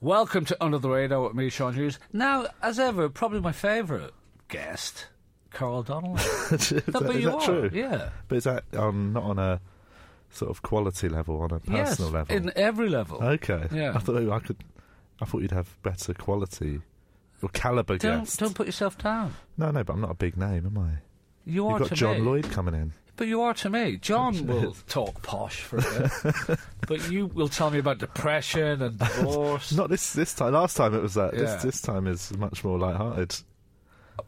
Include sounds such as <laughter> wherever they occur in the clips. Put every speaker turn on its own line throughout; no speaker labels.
Welcome to Under the Radar with me, Sean Hughes. Now, as ever, probably my favourite guest, Carl Donnelly.
<laughs> is that,
but
is
you
that
are,
true?
yeah.
But is that um, not on a sort of quality level, on a personal
yes,
level? Oh,
in every level.
okay.
Yeah.
I thought I could. I thought you'd have better quality or caliber
don't
guests.
don't put yourself down.
No, no, but I'm not a big name, am I?
You are
You've got
to
John
me,
Lloyd coming in.
but you are to me.
<laughs>
John will talk posh for a bit, but you will tell me about depression and divorce.
Not this this time. Last time it was that.
Yeah.
This this time is much more light-hearted.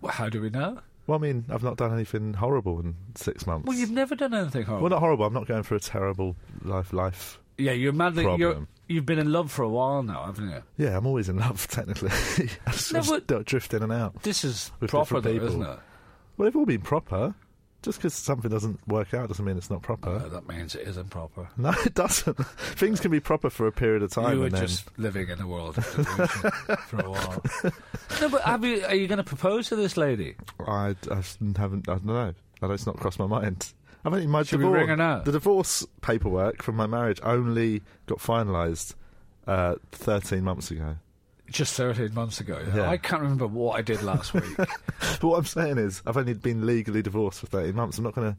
How do we know?
Well, I mean, I've not done anything horrible in six months.
Well, you've never done anything horrible.
Well, not horrible. I'm not going for a terrible life. Life.
yeah, you're mad that you're,
Problem.
you've been in love for a while now, haven't you?
Yeah, I'm always in love. <laughs> Technically, I just,
No,
I just
but-
drift in and out.
This is
With
proper,
different
though,
people.
isn't it?
Well, they've all been proper. Just because something doesn't work out doesn't mean it's not proper.
No, that means it isn't proper.
<laughs> no, it doesn't. Things can be proper for a period of time,
You were
and then
just living in a world of delusion for a while. <laughs> No, but have you, are you going to propose to this lady?
I, I just haven't. I don't know. I don't, it's not crossed my mind. I've only my
Should we
divorce.
ring her now?
The divorce paperwork from my marriage only got finalised uh, 13 months ago. <laughs>
Just 13 months ago.
Yeah.
I can't remember what I did last <laughs> week.
But what I'm saying is, I've only been legally divorced for 13 months. I'm not going to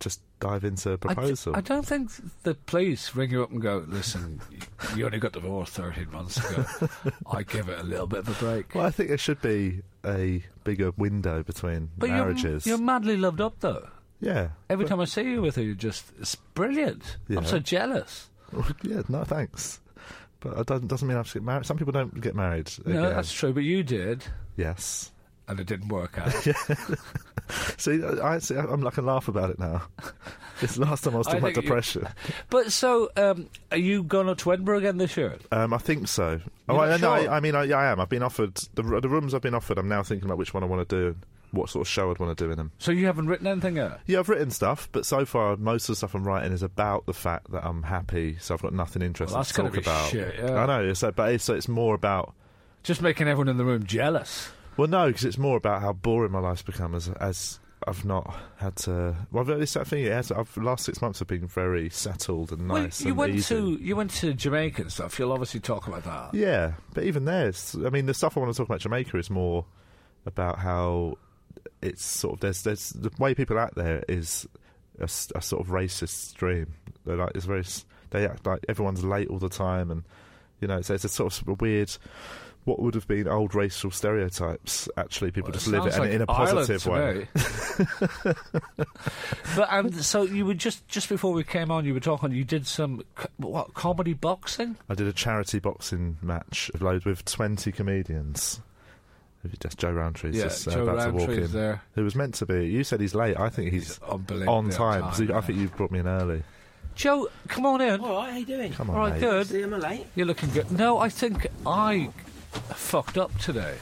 just dive into a
I d-
proposal.
I, don't think the police ring you up and go, listen, y- you only got divorced 13 months <laughs> ago. I give it a little bit of a break.
well, I think there should be a bigger window between
but you're,
marriages.
you're madly loved up, though.
yeah.
Every time I see you with her, you're just, it's brilliant.
Yeah.
I'm so jealous.
<laughs> yeah, no, thanks. But it doesn't, doesn't mean I have to get married. Some people don't get married.
No,
again.
that's true, but you did,
Yes.
and it didn't work out. <laughs>
See, I, I- see, I'm like a laugh about
<laughs>
it now. this last time I was
I
talking about
think you-
depression.
But so, um, are you going up to Edinburgh again this year?
Um, I think so. Oh,
You're
I,
not
no,
sure?
I, I mean, I, I am. I've been offered the, r- the rooms. I've been offered. I'm now thinking about which one I want to do, and what sort of show I'd want to do in them.
So you haven't written anything yet?
Yeah, I've written stuff, but so far most of the stuff I'm writing is about the fact that I'm happy, so I've got nothing interesting
that's
to
gotta
talk
be
about.
shit, yeah.
I know. So, but it's, so it's more about.
Just making everyone in the room jealous.
Well, no, because it's more about how boring my life's become as as I've not had to. Well, it's that thing. It has, I've, last six months have been very settled and nice.
well, you
and
went
easy.
to you went to Jamaica and stuff. You'll obviously talk about that.
Yeah, but even there, it's, I mean, the stuff I want to talk about Jamaica is more about how it's sort of there's there's the way people act there is a, s- a sort of racist stream. They're like it's very s- they act like everyone's late all the time, and you know, so it's a sort of weird. What would have been old racial stereotypes? Actually, people just live
Sounds
it and
like
in a positive way.
Ireland to
<laughs>
me. but and so you were just just before we came on, you were talking. You did some co- what comedy boxing?
I did a charity boxing match of loads with 20 comedians. That's Joe Roundtree's
Yeah,
just uh,
Joe
about to walk
Roundtree's
in.
there.
Who was meant to be. You said he's late. I think he's,
unbelievably
on time.
on
so you- I
time,
think you've brought me in early.
Joe, come on in. All
All right, how you doing?
Come on,
right,
mate.
good.
See, am I late?
You're looking good. No, I think I fucked up today.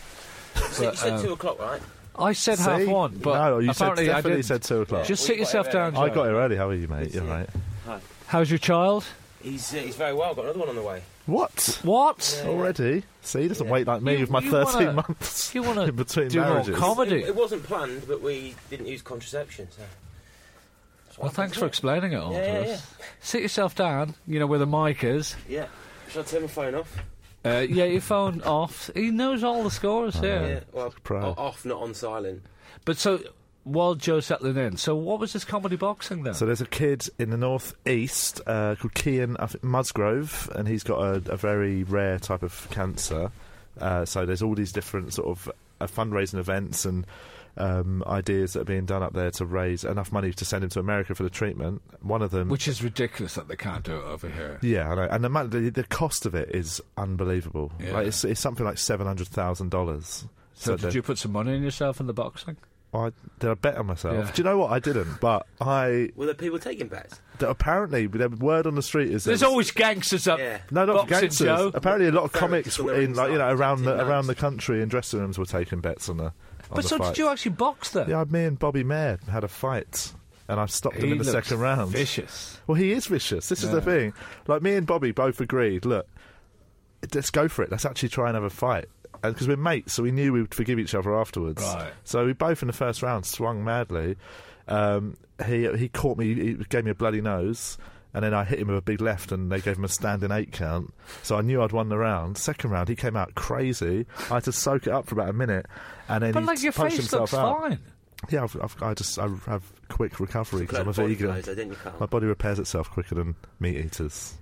So you
uh,
said two o'clock, right?
I said half
See?
one, but
No, you said-
apparently I
definitely
did.
said two o'clock.
Just
Yeah,
sit
we
yourself
got it
down.
early.
I
Joe.
got here early. How are you, mate?
Yes,
You're
yeah.
right.
How's your child?
He's uh, he's very well. Got another one on the way.
What?
What?
Already? See, he doesn't wait like me
You-
with my
you
13
wanna-
<laughs> months
you wanna
in between
do more
marriages.
comedy?
It, it wasn't planned, but we didn't use contraception. So. That's what
Well, thanks for
happens,
explaining it all
Yeah,
to
yeah,
us. Sit yourself down. You know where the mic is.
isn't it? Yeah. Shall I turn my phone off?
Uh, yeah, your
<laughs>
phone off. He knows all the scores here.
Yeah. Well,
Pro.
o- off, not on silent.
But so while Joe's settling in, so what was this comedy boxing then?
So there's a kid in the northeast uh, called Kian I think, Musgrove, and he's got a, a very rare type of cancer. Uh, so there's all these different sort of uh, fundraising events and um, ideas that are being done up there to raise enough money to send him to America for the treatment. One of them,
Which is ridiculous that they can't do it over here.
yeah, I know. and the, amount- the the cost of it is unbelievable.
Yeah.
Like it's, it's something like seven hundred thousand dollars.
So, did you put some money in yourself in the boxing?
I did I bet on myself.
Yeah.
Do you know what? I didn't, but I
Were there people taking bets?
th- apparently the word on the street
There's
is there was-
always gangsters up.
Yeah.
no, not
Boxing
gangsters.
Joe.
Apparently, a lot of
Ferrets
comics
on the
in like you know
ringside,
around the,
tinted
around
knives.
the country in dressing rooms were taking bets on the. On
But
the
so
fight.
did you actually box them?
Yeah, me and Bobby Mayer had a fight, and I stopped him
He
in the
looks
second round.
Vicious.
Well, he is vicious. This is the thing. Like me and Bobby both agreed. Look, let's go for it. Let's actually try and have a fight. Because we're mates, so we knew we would forgive each other afterwards.
Right.
So we both in the first round swung madly. Um, he he caught me. He gave me a bloody nose, and then I hit him with a big left, and they gave him a standing eight count. So I knew I'd won the round. Second round, he came out crazy. I had to soak it up for about a minute, and then
But
he
like your
punched
face
himself
looks
out.
fine.
Yeah, I've, I've, I just I have quick recovery because I'm a
Like body
vegan.
blows, though, didn't you, Carl?
My body repairs itself quicker than meat eaters.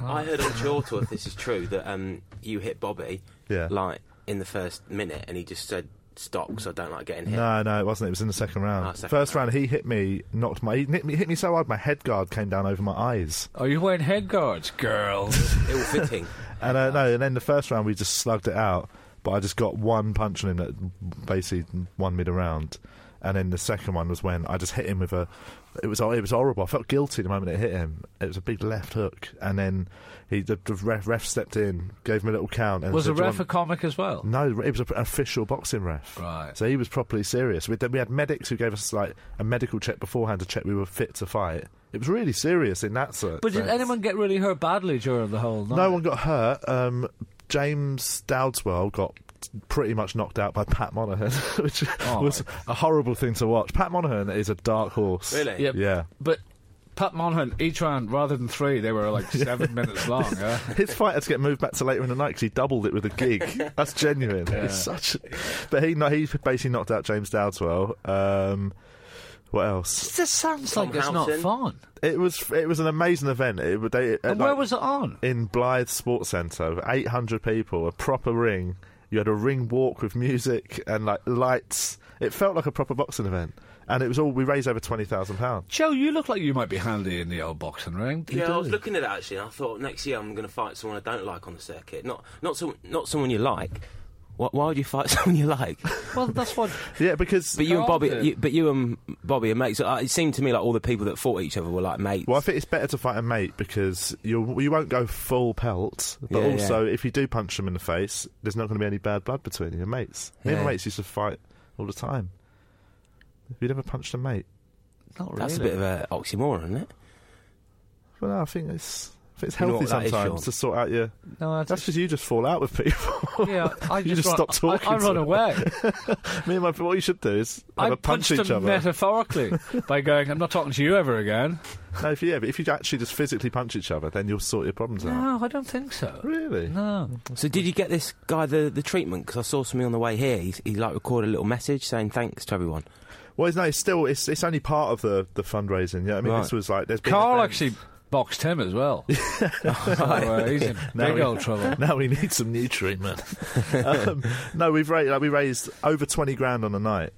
Oh.
I heard on Chore Tour, if this is true, that um, you hit Bobby
Yeah.
like in the first minute, and he just said, "Stop, 'cause I don't like getting hit."
No, no, it wasn't. It was in the second round.
Ah, second
First round, he hit me, knocked my, he hit me, hit me so hard my head guard came down over my eyes.
Are you wearing head guards,
<laughs>
girls? <laughs>
Ill fitting.
And uh, no, and then the first round we just slugged it out, but I just got one punch on him that basically won me the round. And then the second one was when I just hit him with a. It was it was horrible. I felt guilty the moment it hit him. It was a big left hook, and then he the, the ref, ref stepped in, gave him a little count. And
was the
said, "Do you
ref
want-
a comic as well?
No, it was an official boxing ref.
Right.
So he was properly serious. We, we had medics who gave us like a medical check beforehand to check we were fit to fight. It was really serious in that sense.
But did anyone get really hurt badly during the whole night?
No one got hurt. Um, James Dowdswell got pretty much knocked out by Pat Monahan, <laughs> which
Oh.
was a horrible thing to watch. Pat Monahan is a dark horse.
Really?
Yeah.
Yeah.
But Pat Monahan, each round, rather than three, they were <laughs> like seven minutes long. Yeah?
<laughs> His fight had to get moved back to later in the night because he doubled it with a gig. That's genuine. It's such. But he no, he basically knocked out James Dowdswell. Um, what
<laughs>
else?
This sounds
Tom
like it's
Houghton.
not fun.
It was it was an amazing event. It, would- they,
And where was it on?
in Blythe Sports Centre? Eight hundred people, a proper ring. You had a ring walk with music and like lights. It felt like a proper boxing event, and it was all. We raised over twenty thousand pounds.
Joe, you look like you might be handy in the old boxing ring.
Yeah, I was looking at that actually, and I thought next year I'm going to fight someone I don't like on the circuit. Not not some, not someone you like. Why, why would you fight <laughs> someone you like?
Well, that's what.
Yeah, because
But you and
Oh,
Bobby,
yeah.
you, but you and Bobby are mates. Uh, It seemed to me like all the people that fought each other were like mates.
Well, I think it's better to fight a mate because you you won't go full pelt, but
Yeah, yeah.
also if you do punch them in the face, there's not going to be any bad blood between your mates. Me and
Yeah.
my mates used to fight all the time. Have you never punched a mate?
Not really.
That's a bit of an oxymoron, isn't it?
Well, no, I think it's I think it's
You know
healthy
what that is,
sometimes
Sean?
to sort out your.
No, I
That's
just.
because you just fall out with people.
Yeah, <laughs> I
you just,
run,
stop talking.
I, I
to
run <laughs>
them.
away.
<laughs> Me and my what you should do is have
I
a punch
punched
each
them <laughs>
other.
metaphorically by going, "I'm not talking to you ever again."
no, if you, yeah, but if you actually just physically punch each other, then you'll sort your problems out.
No, I don't think so.
Really?
No.
So did you get this guy the, the treatment? Because I saw something on the way here. He, he like recorded a little message saying thanks to everyone.
Well, it's, no, it's still it's, it's only part of the the fundraising. Yeah, I mean,
Right.
this was like there's been
Carl
events.
actually boxed him as well. So, uh, he's in
Now
big
we-
old trouble.
<laughs> now we need some new
<laughs>
treatment. um, no, we've raised like, we raised over twenty grand on the night,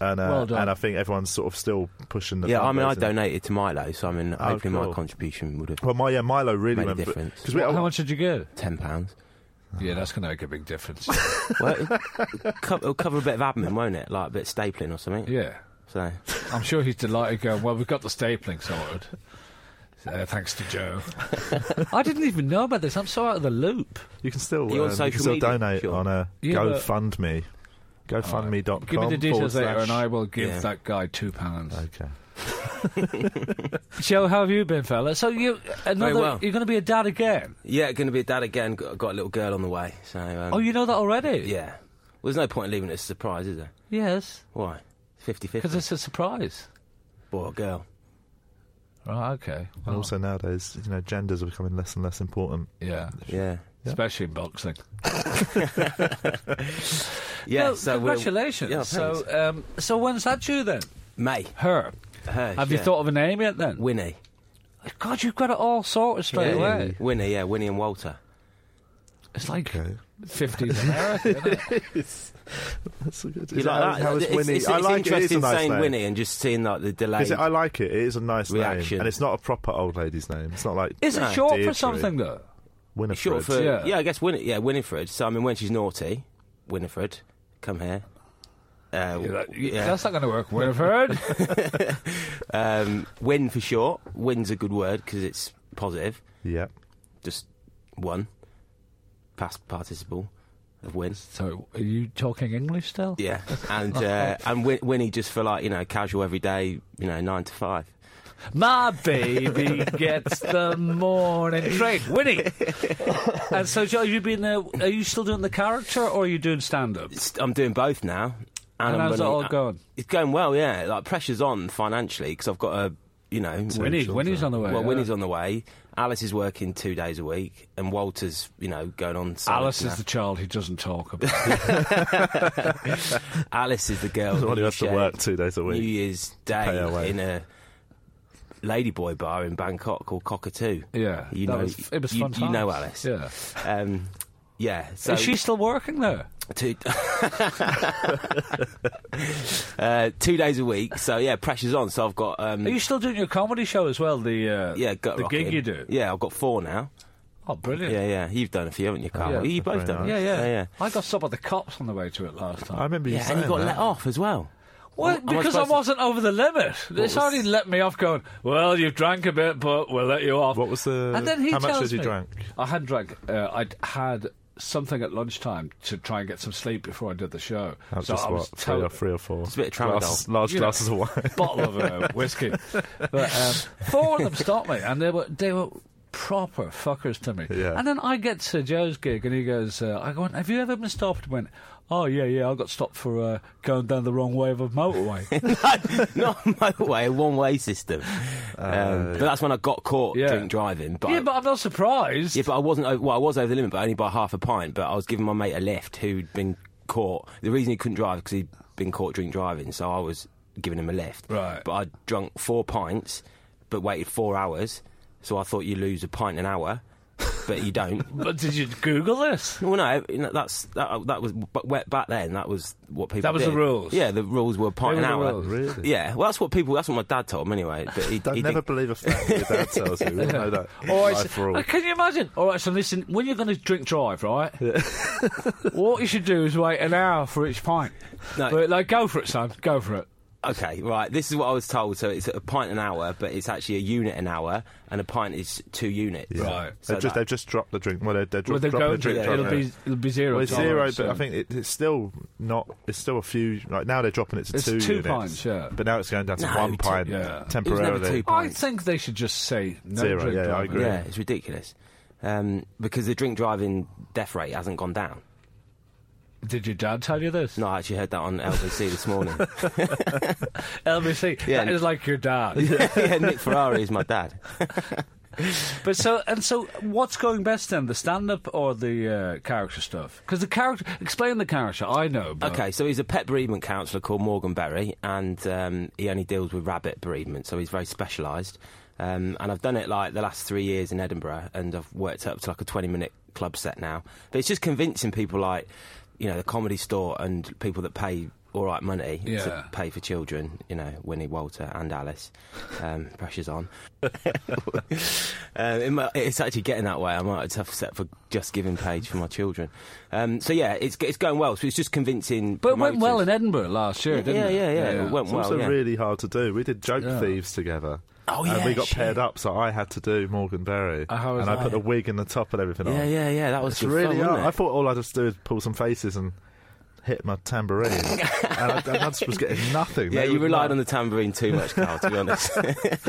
and uh,
Well done.
and I think everyone's sort of still pushing the.
yeah, I mean, I
fundraising.
donated to Milo, so I mean, hopefully
cool.
my contribution would have
Well, my yeah, Milo really
Made a
went
difference.
because
How much did you get?
ten pounds.
Yeah, that's going to make a big difference.
Well, it'll, co- it'll cover a bit of admin, won't it? Like a bit of stapling or something.
<laughs> yeah.
So
I'm sure he's delighted going, well, we've got the stapling sorted. Uh, thanks to Joe. <laughs> I didn't even know about this. I'm so out of the loop.
you can still
You
um, you
on
can
social
still
media,
donate
Sean?
on a
Yeah, but-
GoFundMe, GoFundMe.com.
Give me the details
forward
later and I Oh.
slash- Uh,
will give
Yeah.
that guy two pounds.
Okay.
Joe, how have you been, fella? So you, another,
well.
you're going to be a dad again?
yeah, going to be a dad again. Got, got a little girl on the way. So um,
Oh, you know that already?
yeah. Well, there's no point in leaving it as a surprise, is there?
Yes,
Why? 50
because
50.
it's a surprise.
Boy or girl.
Right, okay.
And
Well,
also nowadays, you know, genders are becoming less and less important.
yeah.
Yeah.
especially in boxing.
Yeah,
No,
so we'll-
congratulations.
Yeah,
so,
thanks.
um, so when's that due then?
May.
Her.
Hers,
Have you
yeah.
thought of a name yet then?
Winnie?
God, you've got it all sorted straight
Yeah.
away.
Winnie, yeah, Winnie and Walter.
It's like
Okay.
50s America. isn't it?
That's a good.
You
is that how- how is
It's-
Winnie?
It's,
I
it's
like it. It is
interesting
a nice
saying
name.
Winnie and just seeing like the delay.
Is it- I like it. It is a nice
Reaction.
name, and it's not a proper old lady's name. It's not like
<laughs> Is it
No,
short for
Deirdre.
something though?
Winifred.
Short for
Yeah.
yeah. I guess Winnie. Yeah, Winifred. So I mean, when she's naughty, Winifred, come here. Uh,
You're like, "Y-
yeah.
That's not going to work, Winifred.
um, win for short. Win's a good word because it's positive.
Yeah.
Just one. Past participle of
<laughs>
win.
so, are you talking English still?
Yeah, <laughs> and uh, and Win- Winnie just for like you know casual everyday you know nine to five.
My baby gets the morning train. Winnie. and so, Joe, you been there? Are you still doing the character, or are you doing stand-up?
It's- I'm doing both now.
And
I'm
how's it all going?
It's going well, yeah. Like pressure's on financially because I've got a you know
Winnie, Winnie's on the way.
Well,
yeah.
Winnie's on the way. Alice is working two days a week, and Walter's you know going on. site
Alice
now.
is the child he doesn't talk about.
<laughs> Alice is the girl
The one who has to
shaved
work two days a
New
week.
Year's
pay her
Day
way.
in a ladyboy bar in Bangkok called Cockatoo.
Yeah,
you
that
know,
was- it was
you,
fun
you know
times.
Alice.
Yeah.
um, yeah. So
is she still working there?
two, <laughs> uh, two days a week. So yeah, pressure's on. So I've got um,
Are you still doing your comedy show as well? The uh,
yeah, gut
the gig
rocking.
you do.
Yeah, I've got four now.
Oh, brilliant!
Yeah, yeah. You've done a few, haven't you, Carl?
Yeah.
you both
Very
done.
yeah, yeah.
yeah, yeah.
I got stopped by the cops on the way to it last time.
I remember you
Yeah,
saying
and you got
that.
let off as
<laughs>
well.
Well,
Am I
because I
supposed to-
wasn't over the limit. It's already let me off going, well, you've drank a bit, but we'll let you off.
What was the-
And then he
how much
tells
had you
me-
drank?
I had drank. Uh, I'd had something at lunchtime to try and get some sleep before I did the show.
That was
so
just
I was
what, three
to-
or, three or four. It's
a bit of tramadol.
Glasses, large
You know. <laughs>
glasses of wine.
bottle of uh, whiskey. But um, four of them stopped me, and they were they were proper fuckers to me.
Yeah.
And then I get to Joe's gig, and he goes, uh, "I go, have you ever been stopped?" And went, "Oh yeah, yeah, I got stopped for uh, going down the wrong way of a
<laughs>
motorway."
Not a motorway, a one-way system. um, but that's when I got caught
Uh, yeah.
drink driving. But
yeah,
I-
but I'm not surprised.
Yeah, but I wasn't. o- Well, I was over the limit, but only by half a pint. But I was giving my mate a lift who'd been caught. The reason he couldn't drive because he'd been caught drink driving, so I was giving him a lift.
Right.
But I'd drunk four pints, but waited four hours, so I thought you lose a pint an hour, but you
<laughs>
don't.
But did you Google this?
<laughs>
Well, no, you know, that's that, that was but wet- back then. That was what people.
That was the
did.
rules.
Yeah, the rules were a pint
They
an
were the
hour.
rules.
Really?
Yeah. Well, that's what people. That's what my dad told me anyway. But
<laughs>
he,
Don't
he
never
didn't-
believe a fact that your dad tells you. We all know that.
Or
Life rule.
uh, can you imagine? All right, so listen, when you're going to drink drive, right? <laughs> what you should do is wait an hour for each pint.
No.
But like, go for it, son. Go for it.
Okay, right. This is what I was told. So it's a pint an hour, but it's actually a unit an hour, and a pint is two units.
Yeah.
Right.
They've,
So
just,
that-
they've just dropped the drink. Well, they're, they're
Well,
dro-
they're
dropping the
going
drink.
to,
drop
it'll
rate.
be it'll be zero.
Well, it's zero,
tolerance,
but I
so-
think it, it's still not. It's still a few. Like now, they're dropping it to
It's
two.
two
units,
pints, yeah.
But now it's going down to
No,
one
two-
pint
yeah.
It was never
temporarily.
two
I
pints.
think they should just say no
Zero,
drink
yeah, I
driving.
agree.
yeah, it's ridiculous um, because the drink driving death rate hasn't gone down.
Did your dad tell you this?
No, I actually heard that on LBC
<laughs>
this morning. <laughs>
LBC.
Yeah.
That is like your dad.
yeah, Nick Ferrari is my dad.
But so and so, what's going best then, the stand-up or the uh, character stuff? Because the character, explain the character. I know. But
Okay, so he's a pet bereavement counsellor called Morgan Berry, and um, he only deals with rabbit bereavement, so he's very specialised. Um, and I've done it like the last three years in Edinburgh, and I've worked up to like a 20 minute club set now. But it's just convincing people like, you know, the comedy store and people that pay all right money
Yeah.
to pay for children, you know, Winnie, Walter, and Alice. Um, <laughs> pressure's on. Um, it might, it's actually getting that way. I might just have to set for just giving page for my children. Um, so yeah, it's it's going well. So it's just convincing.
But it went well
promoters.
in Edinburgh last year, didn't
yeah,
it?
yeah, yeah, It went
It's
well.
also
yeah.
really hard to do. We did joke
Yeah.
thieves together.
Oh,
and
yeah,
we got
shit.
paired up, so I had to do Morgan Berry,
Oh, how was
and I
that?
put the wig and the top and everything on.
yeah, yeah, yeah. That was
It's
good
really
fun,
hard.
wasn't
I
it?
thought all I'd just do is pull some faces and hit my tambourine,
<laughs>
and I, and I just was getting nothing.
Yeah,
They
you
would
relied
laugh.
on the tambourine too much,
<laughs>
Carl. To be honest,
Oh, it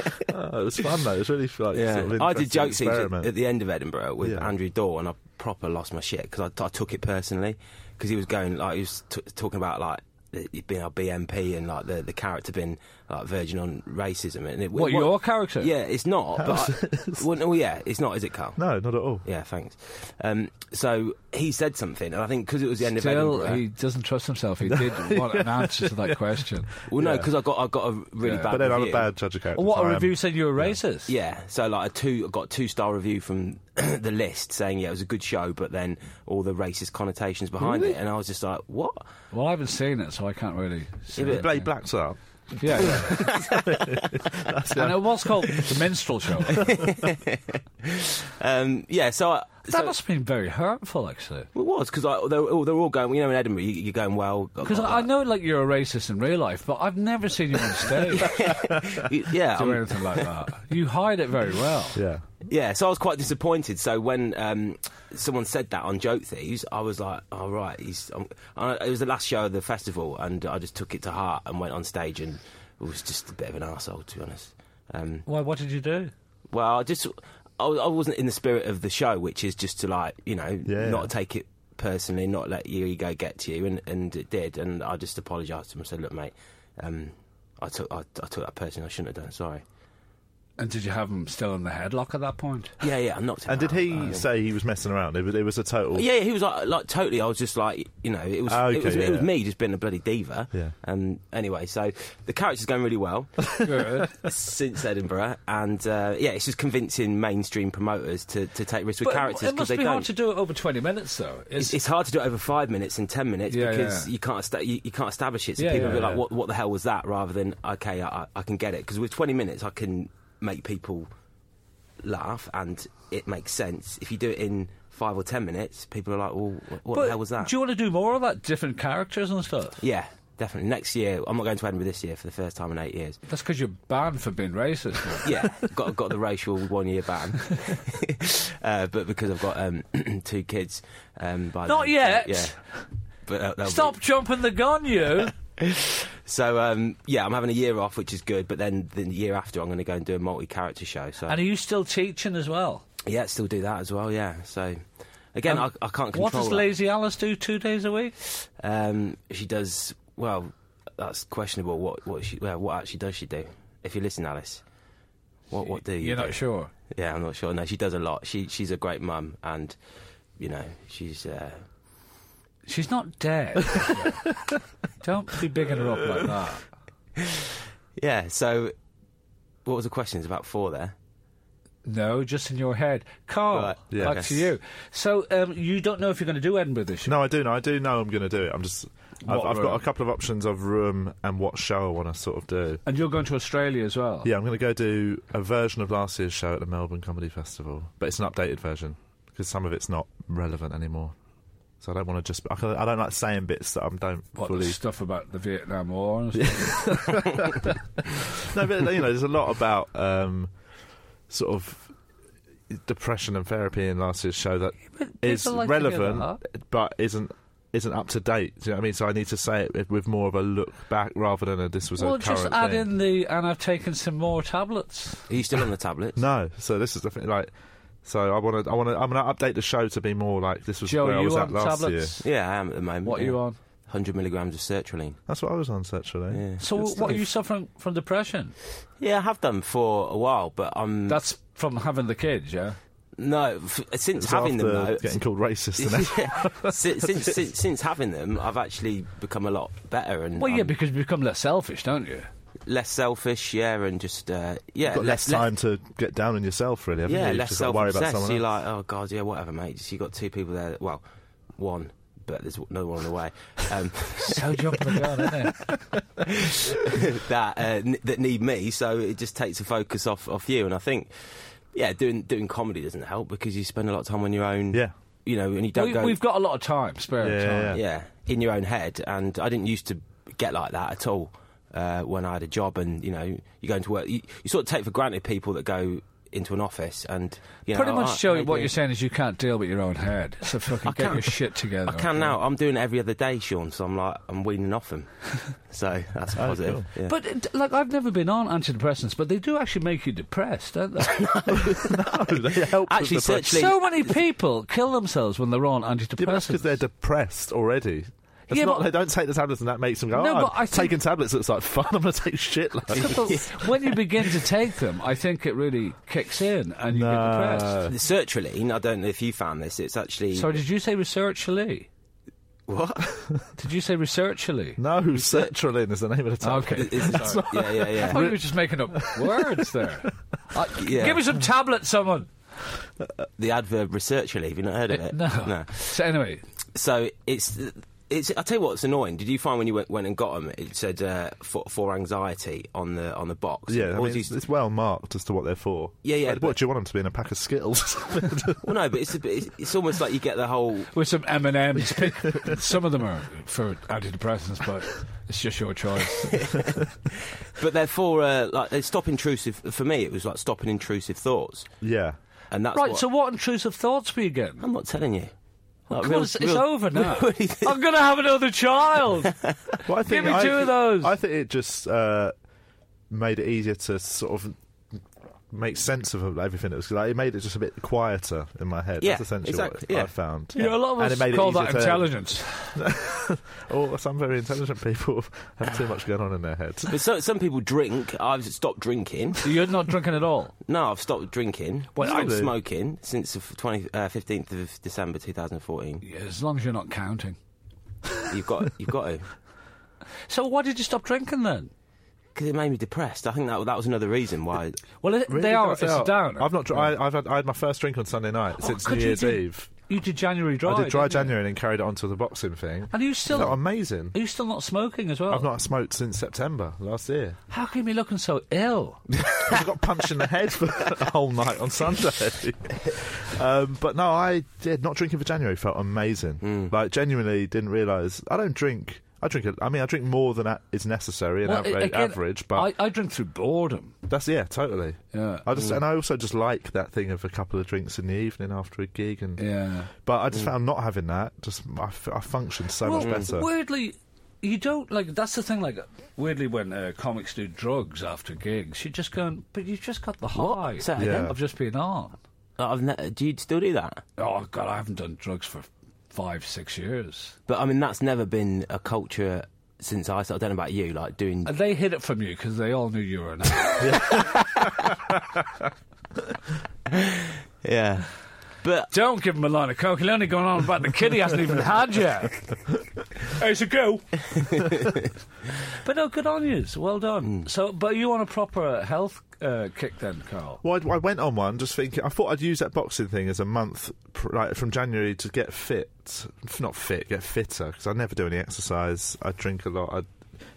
was fun though. It was really like,
yeah.
sort of
I did
interesting
joke scenes at,
experiment.
at the end of Edinburgh with
Yeah.
Andrew Daw, and I proper lost my shit because I, t- I took it personally because he was going like he was t- talking about like the- it being a BMP and like the, the character being like verging on racism and it,
What,
it-
your character?
Yeah, it's not. But
<laughs>
I, well, no, yeah, it's not, is it, Carl?
No, not at all.
Yeah, thanks. Um, so he said something, and I think because it was the end of
Still,
Edinburgh.
he doesn't trust himself. He did want an answer to that question.
well, no, because I got I got a really
Yeah.
bad.
But then I'm a
review.
bad judge of character.
What
so
a
I am-
review said you were racist.
Yeah, so like a two, I got a two star review from <clears throat> the list saying yeah it was a good show, but then all the racist connotations behind it, and I was just like, what?
Well, I haven't seen it, so I can't really. See
He
it.
played Black's up.
Yeah.
<laughs>
and it was called The Minstrel Show. That
Um, yeah, so I, so
must have been very hurtful, actually.
it was because they were all- they were all going. You know, in Edinburgh, you, you're going well.
<laughs> Because I, I know, like, you're a racist in real life, but I've never seen you on
<laughs>
stage
You- yeah,
do
I'm-
anything like that. You hide it very well.
Yeah.
Yeah, so I was quite disappointed. So when um, someone said that on Joke Thieves, I was like, "All right." He's, um, I, it was the last show of the festival, and I just took it to heart and went on stage and was just a bit of an arsehole, to be honest. Um,
Why? What did you do?
well, I just I, was- I wasn't in the spirit of the show, which is just to like you know
Yeah.
not take it personally, not let your ego get to you, and, and it did. And I just apologised to him. I said, "Look, mate, um, I took I, I took that personally. I shouldn't have done. Sorry."
And did you have him still in the headlock at that
<laughs>
point?
Yeah, yeah, I knocked him
And did
out.
he
Um,
say he was messing around? It was, it was a total.
Yeah, he was like, like totally. I was just like, you know, it was
Ah, okay,
it was,
yeah,
it was
yeah.
me just being a bloody diva.
Yeah.
Um. Anyway, so the character's going
<laughs>
really well
Good.
since Edinburgh, and uh, yeah, it's just convincing mainstream promoters to, to take risks with
But
characters
it
because
must
they
be
don't.
hard to do it over 20 minutes, though.
it's, it's hard to do it over five minutes and ten minutes
Yeah,
because
yeah.
you can't esta- you, you can't establish it. So
Yeah,
people
yeah,
be like,
yeah.
"What what the hell was that?" Rather than, "Okay, I, I- I can get it." Because with twenty minutes, I can make people laugh and it makes sense. If you do it in five or ten minutes, people are like, "Well, wh- what
But
the hell was that?"
Do you want to do more of that? Different characters and stuff?
Yeah, definitely. Next year, I'm not going to Edinburgh this year for the first time in eight years.
That's because you're banned for being racist.
<laughs>
man.
Yeah, got got the racial one year ban, <laughs> uh, but because I've got um, <clears throat> two kids, um, by
Not
then,
yet.
Yeah, but uh, they'll be-
Stop jumping the gun,
<laughs>
you!
So um, yeah, I'm having a year off, which is good. But then the year after, I'm going to go and do a multi-character show. So
and are you still teaching as well?
yeah, still do that as well. Yeah. So again,
Um,
I, I can't control.
What does
that.
Lazy Alice do two days a week?
Um, she does well. That's questionable. What what she well, what actually does she do? If you listen, Alice, what what do you?
You're
do?
not sure.
Yeah, I'm not sure. No, she does a lot. She she's a great mum, and you know she's. Uh,
She's not <laughs> dead. Don't be bigging her up like that.
yeah. So, what was the question? It's about four there.
No, just in your head. Carl,
Right,
yeah.
back
Yes.
to you. So um, you don't know if you're going to do Edinburgh this year.
No, I do know. I do know I'm going to do it. I'm just. I've,
What
I've
room?
got a couple of options of room and what show I want to sort of do.
And you're going to Australia as well.
Yeah, I'm going to go do a version of last year's show at the Melbourne Comedy Festival, but it's an updated version because some of it's not relevant anymore. So I don't want to just. I, can, I don't like saying bits that I don't
What the
fully.
stuff about the Vietnam War? And stuff?
no, but you know, there's a lot about um, sort of depression and therapy in last year's show that is
people like to hear
relevant, but isn't isn't up to date. Do you know what I mean? So I need to say it with more of a look back rather than a this was
Well,
a current
just add
thing.
in the and I've taken some more tablets.
Are you still
<laughs>
on the tablets?
No, so this is definitely like. So I want to. I want to. I'm going to update the show to be more like this was
Joe,
where I
are
was
you
at
on
last year.
tablets?
Yeah, I am at the moment.
What are
yeah.
you on?
Hundred milligrams of sertraline.
That's what I was on sexually.
Yeah.
So,
Good
what are
stuff.
you suffering from depression?
Yeah, I have done for a while, but I'm
That's from having the kids, yeah.
no f- since
It's
having them
after
though.
getting called racist and everything.
<laughs> yeah,
<laughs>
si- since, since since having them, I've actually become a lot better and
Well, yeah,
Um,
I'm
because you become less selfish, don't you?
less selfish. Yeah, and just uh, yeah,
You've got less, time to get down on yourself, really. Haven't
yeah,
you?
less
Just like, worry about
self-obsessed.
someone
You're
else.
like, oh god, yeah, whatever, mate. Just you got two people there. That, well, one, but there's another one on the way. Um, <laughs>
So jumping the gun, isn't it?
that uh, n- that need me. So it just takes the focus off off you. And I think, yeah, doing doing comedy doesn't help because you spend a lot of time on your own.
Yeah.
you know, and you <laughs> don't
We,
go.
We've got a lot of time, spare
Yeah,
time.
yeah,
yeah, in your own head. And I didn't used to get like that at all uh, when I had a job. And you know, you're going to work. You, you sort of take for granted people that go into an office and you know,
Pretty
"Oh,
much,
alright,
Joe,
how you
what
doing?"
you're saying is you can't deal with your own head. So fucking get
can.
your shit together.
I can now. I'm doing it every other day, Sean. So I'm like, I'm weaning off them. <laughs> so that's
Oh,
positive. yeah.
<laughs> But uh, d- like, I've never been on antidepressants, but they do actually make you depressed,
<laughs>
don't they?
<laughs> they help with
Actually,
depression.
sertraline-
so many people kill themselves when they're on
Yeah, but that's
antidepressants.
because they're depressed already. It's
Yeah,
not
but-
they don't take the tablets and that makes them go.
No,
oh,
but
I'm
I think-
taking tablets looks like fun. <laughs> I'm going to take shit. Like
when you begin to take them, I think it really kicks in and you get depressed.
the sertraline, I don't know if you found this. It's actually
So, did you say researchally?
what?
Did you say
<laughs>
researchally? <laughs>
<laughs> no, sertraline is the name of the tablet.
Okay.
<laughs>
<laughs>
It's- yeah, yeah,
I
yeah.
thought you were just making
<laughs>
up words there. Uh,
Yeah.
Give me some tablets, someone. Eh, Uh,
The adverb research relief. Have you not heard of it?
No. So anyway,
So it's It's, I tell you what's annoying. Did you find when you went, went and got them, it said uh, for, for anxiety on the on the box?
Yeah, I mean,
Always
it's,
used to-
it's well marked as to what they're for.
Yeah, yeah,
Like, what
but-
do you want them to be in a pack of Skittles? <laughs>
well, no, but it's, a bit, it's it's almost like you get the whole.
With some M and M's.
<laughs>
Some of them are for antidepressants, but it's just your choice.
But they're for uh, like they stop intrusive. For me, it was like stopping intrusive thoughts,
yeah.
and that's
Right,
What,
so what intrusive thoughts were you
Uh,
getting?
I'm not telling you. Like,
Come
real-
on, it's, it's
real-
over
<laughs>
now.
<laughs> really did.
I'm going to have another child.
Well, I
me two of those.
I think it just uh, made it easier to sort of make sense of everything. It was like it made it just a bit quieter in my head.
Yeah,
That's essentially what
exactly, yeah.
I found.
You know, a lot of
And
us
it made it
Call
easier
that
to- <laughs>
intelligence.
Or Oh, some very intelligent people <laughs> have too much going on in their heads.
But so, some people drink. I've stopped drinking.
You're not drinking at all.
No, I've stopped drinking.
Well,
I've
really?
smoking since the f- 20, uh, 15th of December 2014.
Yeah, as long as you're not counting.
You've got you've got to.
So why did you stop drinking then?
Because it made me depressed. I think that that was another reason why.
Well, it, they are. It's a downer. Oh,
I've not. Dr- I, I've had. I had my first drink on Sunday night since New
could you
Year's
do-
Eve.
You did January Oh. dry.
I did
didn't
dry
you?
January and then carried it on to the boxing thing.
And are you still
Isn't that amazing.
are you still not smoking as well?
I've not smoked since September last
<laughs>
year.
How can you be looking so ill?
I got punched in the head for <laughs> a whole night on Sunday.
<laughs>
um, but no, I did. Not drinking for January felt amazing. Like, genuinely didn't realise. I don't drink. I drink. a- I mean, I drink more than a- is necessary and
Well,
average,
again,
average. But
I, I drink through boredom.
that's yeah, totally.
Yeah.
I
Mm.
just and I also just like that thing of a couple of drinks in the evening after a gig. And
Yeah.
but I just found not having that. Just I, f- I function so much better.
weirdly, you don't like. That's the thing. Like, weirdly, when uh, comics do drugs after gigs, you're just going, but you've just got the high.
Say that again?
I've just been on.
I've ne- do you still do that?
Oh God, I haven't done drugs for five, six years.
But I mean, that's never been a culture since I started. I don't know about you, like doing.
And they hid it from you because they all knew you were an. actor.
Yeah. But
don't give him a line of coke. He'll only gone on about the kid he hasn't even had yet. <laughs> hey, it's a go. <laughs> but no, good on you. Well
Hmm.
done. So, but you on a proper health uh, kick then, Carl?
Well, I, I went on one just thinking. I thought I'd use that boxing thing as a month, pr- like from January to get fit. F- Not fit, get fitter because I never do any exercise. I drink a lot. I,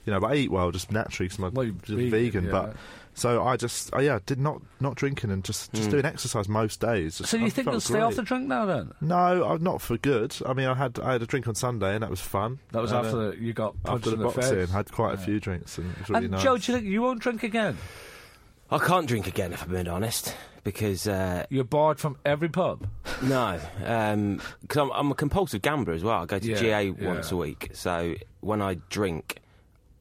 you know, but I eat well just naturally because I'm
Well, you're
just
vegan,
vegan.
yeah.
But so I just, I, yeah, did not not drinking and just just doing exercise most days. Just-
Mm. So you
I
think
felt
they'll stay off the
great.
drink now then?
No, I'm not for good. I mean, I had I had a drink on Sunday and that was fun.
That was
And, uh,
after you got punched
after the,
in the,
boxing.
face.
I had quite a few drinks and it was really
and
nice.
Um, Joe, do you think you won't drink again?
I can't drink again, if I'm being honest, because uh,
You're barred from every pub.
no, because I'm, I'm a compulsive gambler as well. I go to
Yeah,
GA
yeah.
once a week, so when I drink,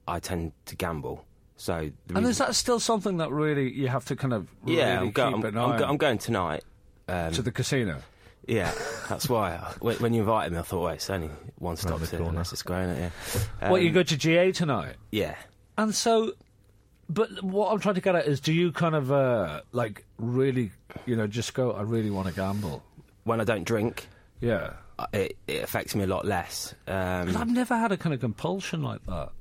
I tend to gamble. So the
And
Hmm.
reason-
is that still something that really you have to kind of really
yeah, I'm,
keep
go- I'm,
an
I'm
eye
go-
on
I'm going tonight.
to the casino?
Yeah, that's why. <laughs> I, when when you invited me, I thought, wait, it's only one stop
the
to
corner.
Leicester Square, isn't it? Yeah.
what you
Um,
go to GA tonight?
Yeah.
And so, but what I'm trying to get at is, do you kind of uh, like really, you know, just go? I really want to gamble.
When I don't drink,
Yeah,
I- it, it affects me a lot less.
but I've
Um,
never had a kind of compulsion like that.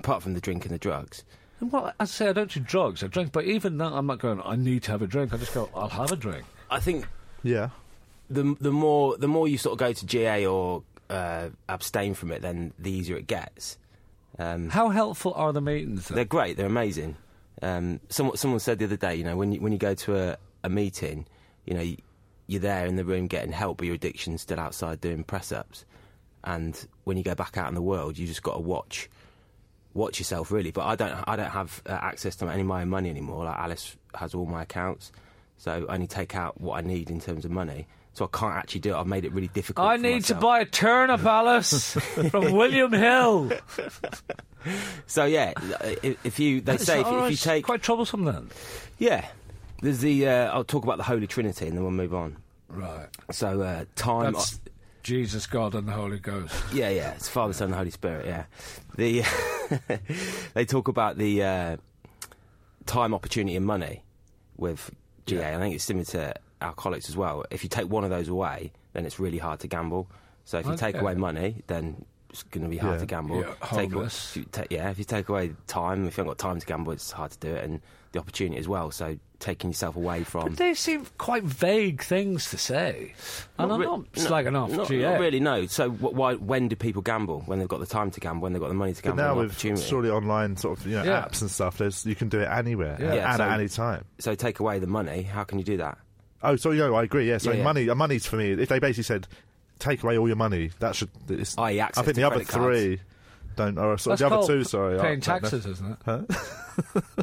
apart from the drink and the drugs.
And what I say, I don't do drugs. I drink, but even that, I'm not going. I need to have a drink. I just go. I'll have a drink.
I think
yeah.
the the more the more you sort of go to GA or uh, abstain from it, then the easier it gets. Um,
Mm. How helpful are the meetings? then?
they're great. They're amazing. Um, someone someone said the other day, you know, when you, when you go to a, a meeting, you know, you- you're there in the room getting help, but your addiction's still outside doing press ups. And when you go back out in the world, you just got to watch watch yourself really. But I don't I don't have uh, access to any of my own money anymore. Like Alice has all my accounts, so I only take out what I need in terms of money. So I can't actually do it. I've made it really difficult.
I
for
need to
myself.
buy a turnip, <laughs> Alice, from William Hill.
So yeah, if, if you they say if,
Oh,
if you
it's
take
quite troublesome then.
Yeah. There's the. Uh, I'll talk about the Holy Trinity and then we'll move on.
Right.
So uh, time.
That's Jesus, God, and the Holy Ghost.
yeah, yeah. It's Father, Son, and Holy Spirit. Yeah. The <laughs> they talk about the uh, time, opportunity, and money with GA. I think it's similar to alcoholics as well. If you take one of those away, then it's really hard to gamble. So if you take
Okay.
away money, then it's going to be hard
Yeah.
to gamble.
Yeah,
take, away-
homeless.
if you ta- yeah, if you take away time, if you haven't got time to gamble, it's hard to do it, and the opportunity as well. So taking yourself away from.
But they seem quite vague things to say. And
Not
I'm
re-
not
no,
slagging off
Not,
GA.
not really, no. So wh- why? When do people gamble? When they've got the time to gamble? When they've got the money to
But
gamble?
now
and the
with
opportunity.
surely online sort of you know,
Yeah.
apps and stuff, there's you can do it anywhere
Yeah.
and,
Yeah,
and
so-
at any time.
So take away the money. How can you do that?
Oh, so no, I agree. Yeah, so
Yeah, yeah.
money, uh, money's for me. If they basically said, take away all your money, that should. It's,
I.e. access
I think
to
the other
credit cards.
three don't, or sort
That's
of the other
called
two. Sorry,
Paying
aren't- don't
taxes, isn't it?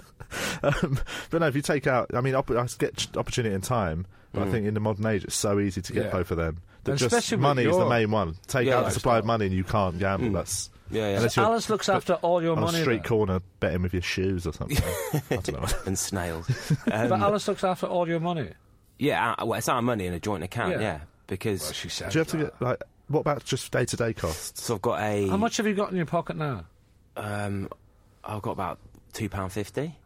Um, but no, if you take out, I mean, opp- I get ch- opportunity and time. But I think in the modern age, it's so easy to get
Yeah.
both of them.
Mm.
That
And
just
especially with
money is the
your-
main one. Take
Yeah,
out the
it's
supply of money and you can't gamble. That's
Yeah, yeah.
unless you're
Alice looks after all your
on
Mm. money.
a street
though.
corner betting with your shoes
<laughs>
or something. I don't know.
And snails.
But
Um,
Alice looks after all your money.
yeah, uh, well, it's our money in a joint account. Yeah,
Yeah.
because
She said.
Do you have to get like? What about just day to
<laughs>
day costs?
so I've got a.
How much have you got in your pocket now?
Um, I've got about two pound fifty.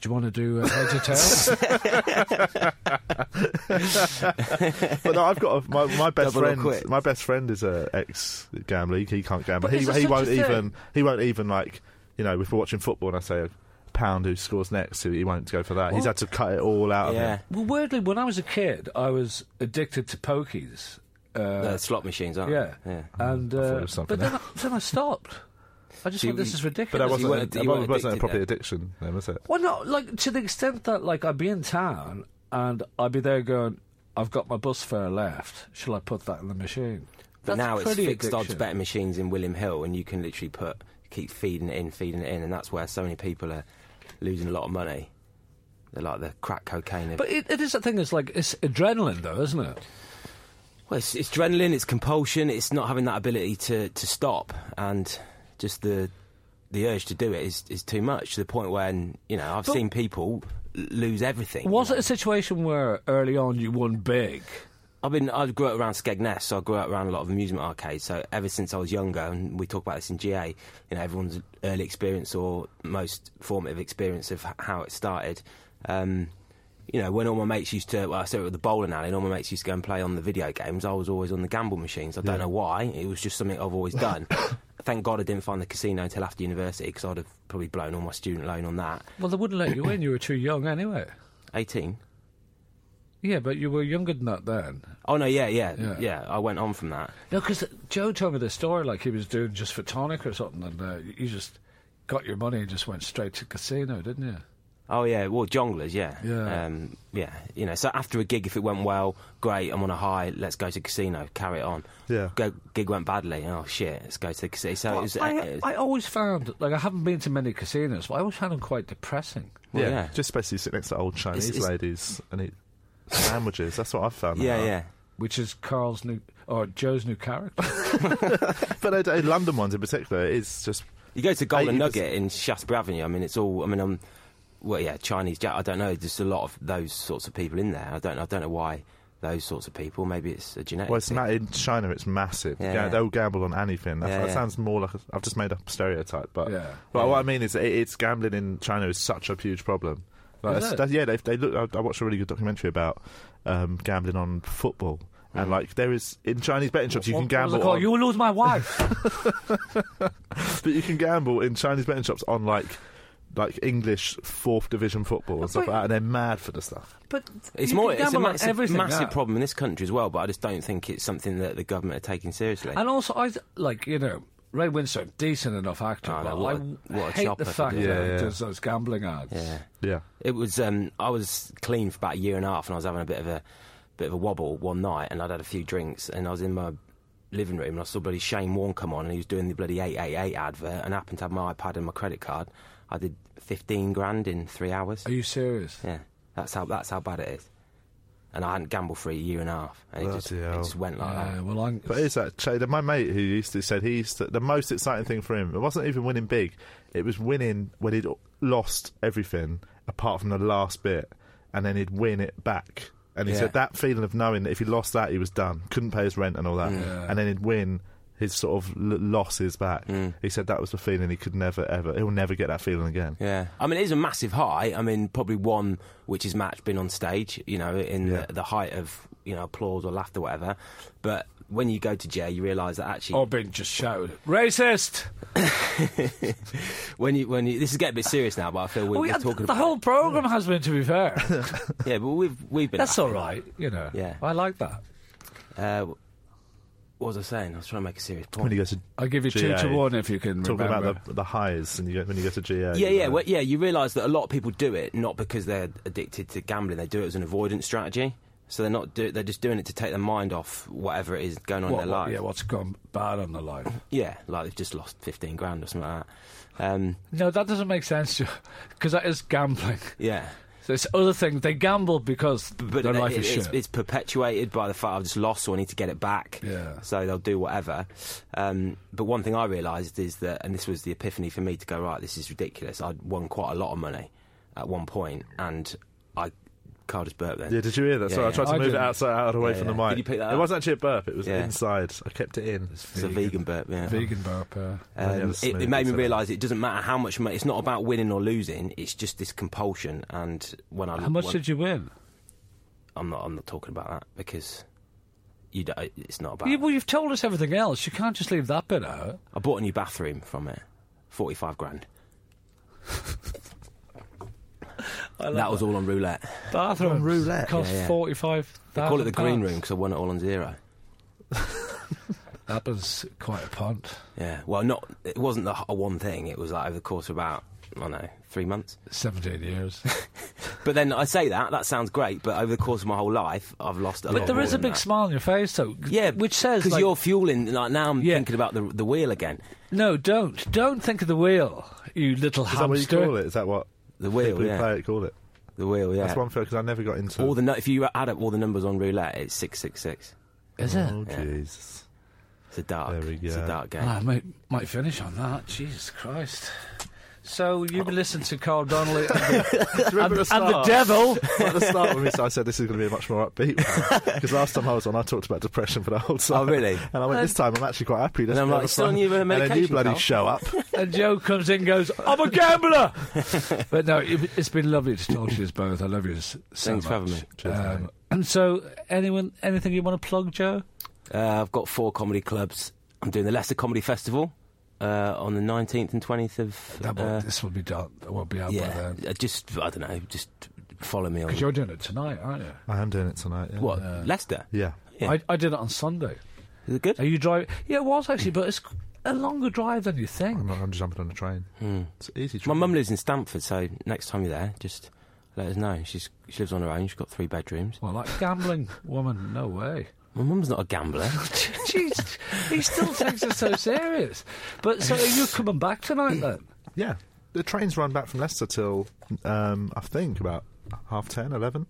Do you want to do
<laughs>
uh, head to tail?
But no, I've got a, my, my best
Double or
friend.
quit.
My best friend is a ex gambler. He, he can't gamble.
But
He
is there
he
such
won't
a thing?
even he won't even like you know. If we're watching football and I say pound who scores next, he won't go for that. He's had to cut it all out
Yeah,
of him.
well, weirdly, when I was a kid, I was addicted to pokies.
uh, slot machines, aren't
Yeah.
they? Yeah.
And
thought it
uh,
was something
but then I, then I stopped. I just
So
thought
you-
this is
But that
ridiculous.
wasn't
weren't-
that
you weren't
wasn't a
addicted
proper
then.
addiction, then was it?
Well, not like to the extent that like I'd be in town and I'd be there going, I've got my bus fare left. Shall I put that in the machine?
But
That's
now it's
pretty
fixed odds
addiction.
betting machines in William Hill, and you can literally put keep feeding it in, feeding it in, and that's where so many people are losing a lot of money. They're like the crack cocaine. Of,
But it, it is a thing. It's like it's adrenaline, though, isn't it?
well, it's, it's adrenaline, it's compulsion, it's not having that ability to, to stop, and just the the urge to do it is, is too much to the point when you know I've
But-
seen people l- lose everything.
Was
you
it
know.
a situation where early on you won big?
I've been. I grew up around Skegness, so I grew up around a lot of amusement arcades. So ever since I was younger, and we talk about this in GA, you know, everyone's early experience or most formative experience of h- how it started. Um, you know, when all my mates used to, well, I started with the bowling alley, and all my mates used to go and play on the video games. I was always on the gamble machines. I don't know why. It was just something I've always done. Thank God I didn't find the casino until after university because I'd have probably blown all my student loan on that.
Well, they wouldn't let you in. You were too young anyway.
Eighteen.
Yeah, but you were younger than that then.
Oh no, yeah, yeah, yeah.
Yeah.
I went on from that.
No, because Joe told me this story like he was doing just for tonic or something, and uh, you just got your money and just went straight to casino, didn't you?
Oh yeah, well jonglers, yeah,
Yeah.
um, yeah. You know, so after a gig, if it went well, great. I'm on a high. Let's go to casino. Carry it on.
Yeah.
Go, gig went badly. Oh shit, let's go to the casino. So it was. uh, it
I,
was-
I always found like I haven't been to many casinos, but I always found them quite depressing.
well, yeah.
just basically sit next to old Chinese
it's-
ladies and eat sandwiches. That's what I've found.
yeah,
out.
yeah.
Which is Carl's new or Joe's new
<laughs>
character.
But uh, London ones in particular is just
You go to Golden
80%.
Nugget in Shaftesbury Avenue. I mean, it's all. I mean, I'm. Well, yeah, Chinese. Ja- I don't know. There's a lot of those sorts of people in there. I don't. I don't know why those sorts of people. Maybe it's a genetic.
Well, it's
thing.
ma- in China. It's massive.
Yeah,
Yeah,
yeah.
they'll gamble on anything. That's,
Yeah,
that
yeah.
sounds more like a, I've just made up a stereotype, but
Yeah.
but what I mean is it, it's gambling in China is such a huge problem. Like,
Is
it's-
it?
that- yeah, they, they look. I, I watched a really good documentary about um, gambling on football,
Mm.
and like there is in Chinese betting shops you can
What was it
gamble.
called?
On,
You will lose my wife.
<laughs>
but you can gamble in Chinese betting shops on like like English fourth division football and stuff
But-
like that, and they're mad for the stuff.
but
It's
you
more.
can
It's a
gamble on
massive,
everything
massive
now.
problem in this country as well. But I just don't think it's something that the government are taking seriously.
And also, I th- like you know Ray Winstone, decent enough actor.
Oh, no,
but
what
I
a- what a
hate
chopper
the
for
fact
doing
that
that.
he
Yeah, yeah.
does those gambling ads.
yeah.
Yeah.
It was. Um, I was clean for about a year and a half, and I was having a bit of a bit of a wobble one night, and I'd had a few drinks, and I was in my living room, and I saw bloody Shane Warne come on, and he was doing the bloody eight eight eight advert, and I happened to have my iPad and my credit card. I did fifteen grand in three hours.
Are you serious?
Yeah, that's how that's how bad it is. And I hadn't gambled for a year and a half, and it just,
Bloody
it
hell.
just went like
Uh,
that.
well, I'm.
But it's that cha- my mate who used to said he used to, the most exciting thing for him. It wasn't even winning big; it was winning when he'd lost everything apart from the last bit, and then he'd win it back. And he
Yeah.
said that feeling of knowing that if he lost that, he was done, couldn't pay his rent and all that, and then he'd win his sort of l- losses back. He said that was the feeling he could never ever, he'll never get that feeling again.
Yeah, I mean it is a massive high. I mean probably one which is matched been on stage, you know, in
Yeah.
the, the height of you know applause or laughter, whatever. But when you go to jail, you realise that actually,
Oh.
Or being just shouted, racist!
when you when you, this is getting a bit serious now, but I feel we,
Well,
we're
yeah,
talking
the
about
whole programme has been, to be fair.
<laughs> yeah, but we've we've been
That's
laughing.
all right, you know.
Yeah.
I like that.
Uh, what was I saying? I was trying to make a serious point.
When you go to
I'll give you two
GA,
to one if you can
Talking
remember.
about the, the highs, and you go, when you go to GA,
Yeah,
you
yeah,
know,
well, yeah. You realise that a lot of people do it not because they're addicted to gambling; they do it as an avoidance strategy. So they're not do- they're just doing it to take their mind off whatever it is going on
what,
in their
what-
life.
yeah, what's gone bad on the life.
Yeah, like they've just lost fifteen grand or something like that. Um,
No, that doesn't make sense, because that is gambling. <laughs>
yeah,
So it's other things. They gamble because
but
their
it-
life is
it- it's,
shit.
it's perpetuated by the fact I've just lost, so I need to get it back.
Yeah.
So they'll do whatever. Um, but one thing I realised is that, and this was the epiphany for me to go right, this is ridiculous. I'd won quite a lot of money at one point, and I Carl just burped then.
Yeah, did you hear that?
Yeah,
Sorry,
yeah.
I tried to
I
move it
didn't.
outside, out of the way
Yeah,
from the
yeah.
mic.
Did you pick that
It
up?
wasn't actually a burp; it was
Yeah.
inside. I kept it in.
It's a vegan burp. Yeah.
Vegan burp. Uh,
Yeah,
Um,
that's
it, it
smooth,
made me
isn't it?
realise it doesn't matter how much money. It's not about winning or losing. It's just this compulsion. And when I
How much
when-
did you win?
I'm not. I'm not talking about that because you. Don't, it's not about.
You, well, you've told us everything else. You can't just leave that bit out.
I bought a new bathroom from it.
<laughs>
Forty-five grand. that was all on roulette.
Bathroom roulette cost
Yeah, yeah.
forty-five.
They call it the green room because I won it all on zero.
That was quite a punt.
Yeah. Well, not. It wasn't the h- one thing. It was like over the course of about I don't know three months.
Seventeen years.
But then I say that that sounds great. But over the course of my whole life, I've lost a lot.
<laughs> But there
more
is a
than
big
that.
smile on your face, though.
Yeah,
which says
because
like,
you're fueling. Like now, I'm
Yeah.
thinking about the the wheel again.
no, don't, don't think of the wheel, you little
Is that
hamster.
what you call it? Is that what
The wheel,
people who
yeah.
play it call it?
The wheel, yeah.
That's one thing because I never got into.
all the nu- if you add up all the numbers on roulette, it's six six six.
Is
Mm,
it?
Oh
Yeah. <laughs>
Jesus!
It's a dark.
There we
It's a
go.
dark game.
Ah, I might, might finish on that. Jesus Christ. So
Oh.
you've listened to Carl
<laughs>
Donnelly and the, and,
the
and the devil.
<laughs> At the start, when we, I said this is going to be a much more upbeat,
<laughs>
because last time I was on, I talked about depression for the whole time.
Oh, really?
And I went this time. I'm actually quite happy.
And I'm like, still on your, uh,
and then you
medication,
bloody
pal.
show
<laughs>
up.
And Joe comes in and goes, I'm
<laughs>
a gambler.
but no, it, it's been lovely to talk to you both. I love you s- so
Thanks
much.
for having me.
Um,
and so, anyone, anything you want to plug, Joe?
Uh, I've got four comedy clubs. I'm doing the Leicester Comedy Festival uh, on the 19th and 20th of.
that will,
uh,
this will be done. That will be out by
yeah,
then.
Uh, just I don't know. Just follow me on
Because you're doing it tonight, aren't you?
I am doing it tonight. Yeah.
what Leicester.
Yeah.
Yeah.
uh, I, I did it on Sunday.
Is it good?
Are you driving? Yeah, it was actually, but it's a longer drive than you think.
I'm, not, I'm jumping on a train. It's an easy.
Hmm. My
train.
mum lives in Stamford, so next time you're there, just let us know. She's she lives on her own. She's got three bedrooms.
Well, like gambling woman, no way.
My mum's not
<laughs>
a gambler.
Jeez, he still takes it so serious. But so are you coming back tonight then?
Yeah. The trains run back from Leicester till um, I think about half ten, eleven.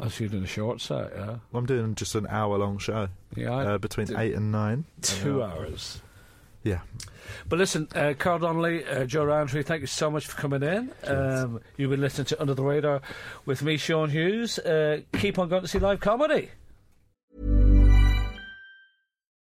Oh,
I see it in a short set, yeah.
I'm doing just an hour long show.
Yeah, I
uh, between
did-
eight and nine.
Two hours.
Yeah.
But listen, uh, Carl Donnelly, uh, Joe Roundtree, thank you so much for coming in. Um, you've been listening to Under the Radar with me, Sean Hughes. Uh, keep on going to see live comedy.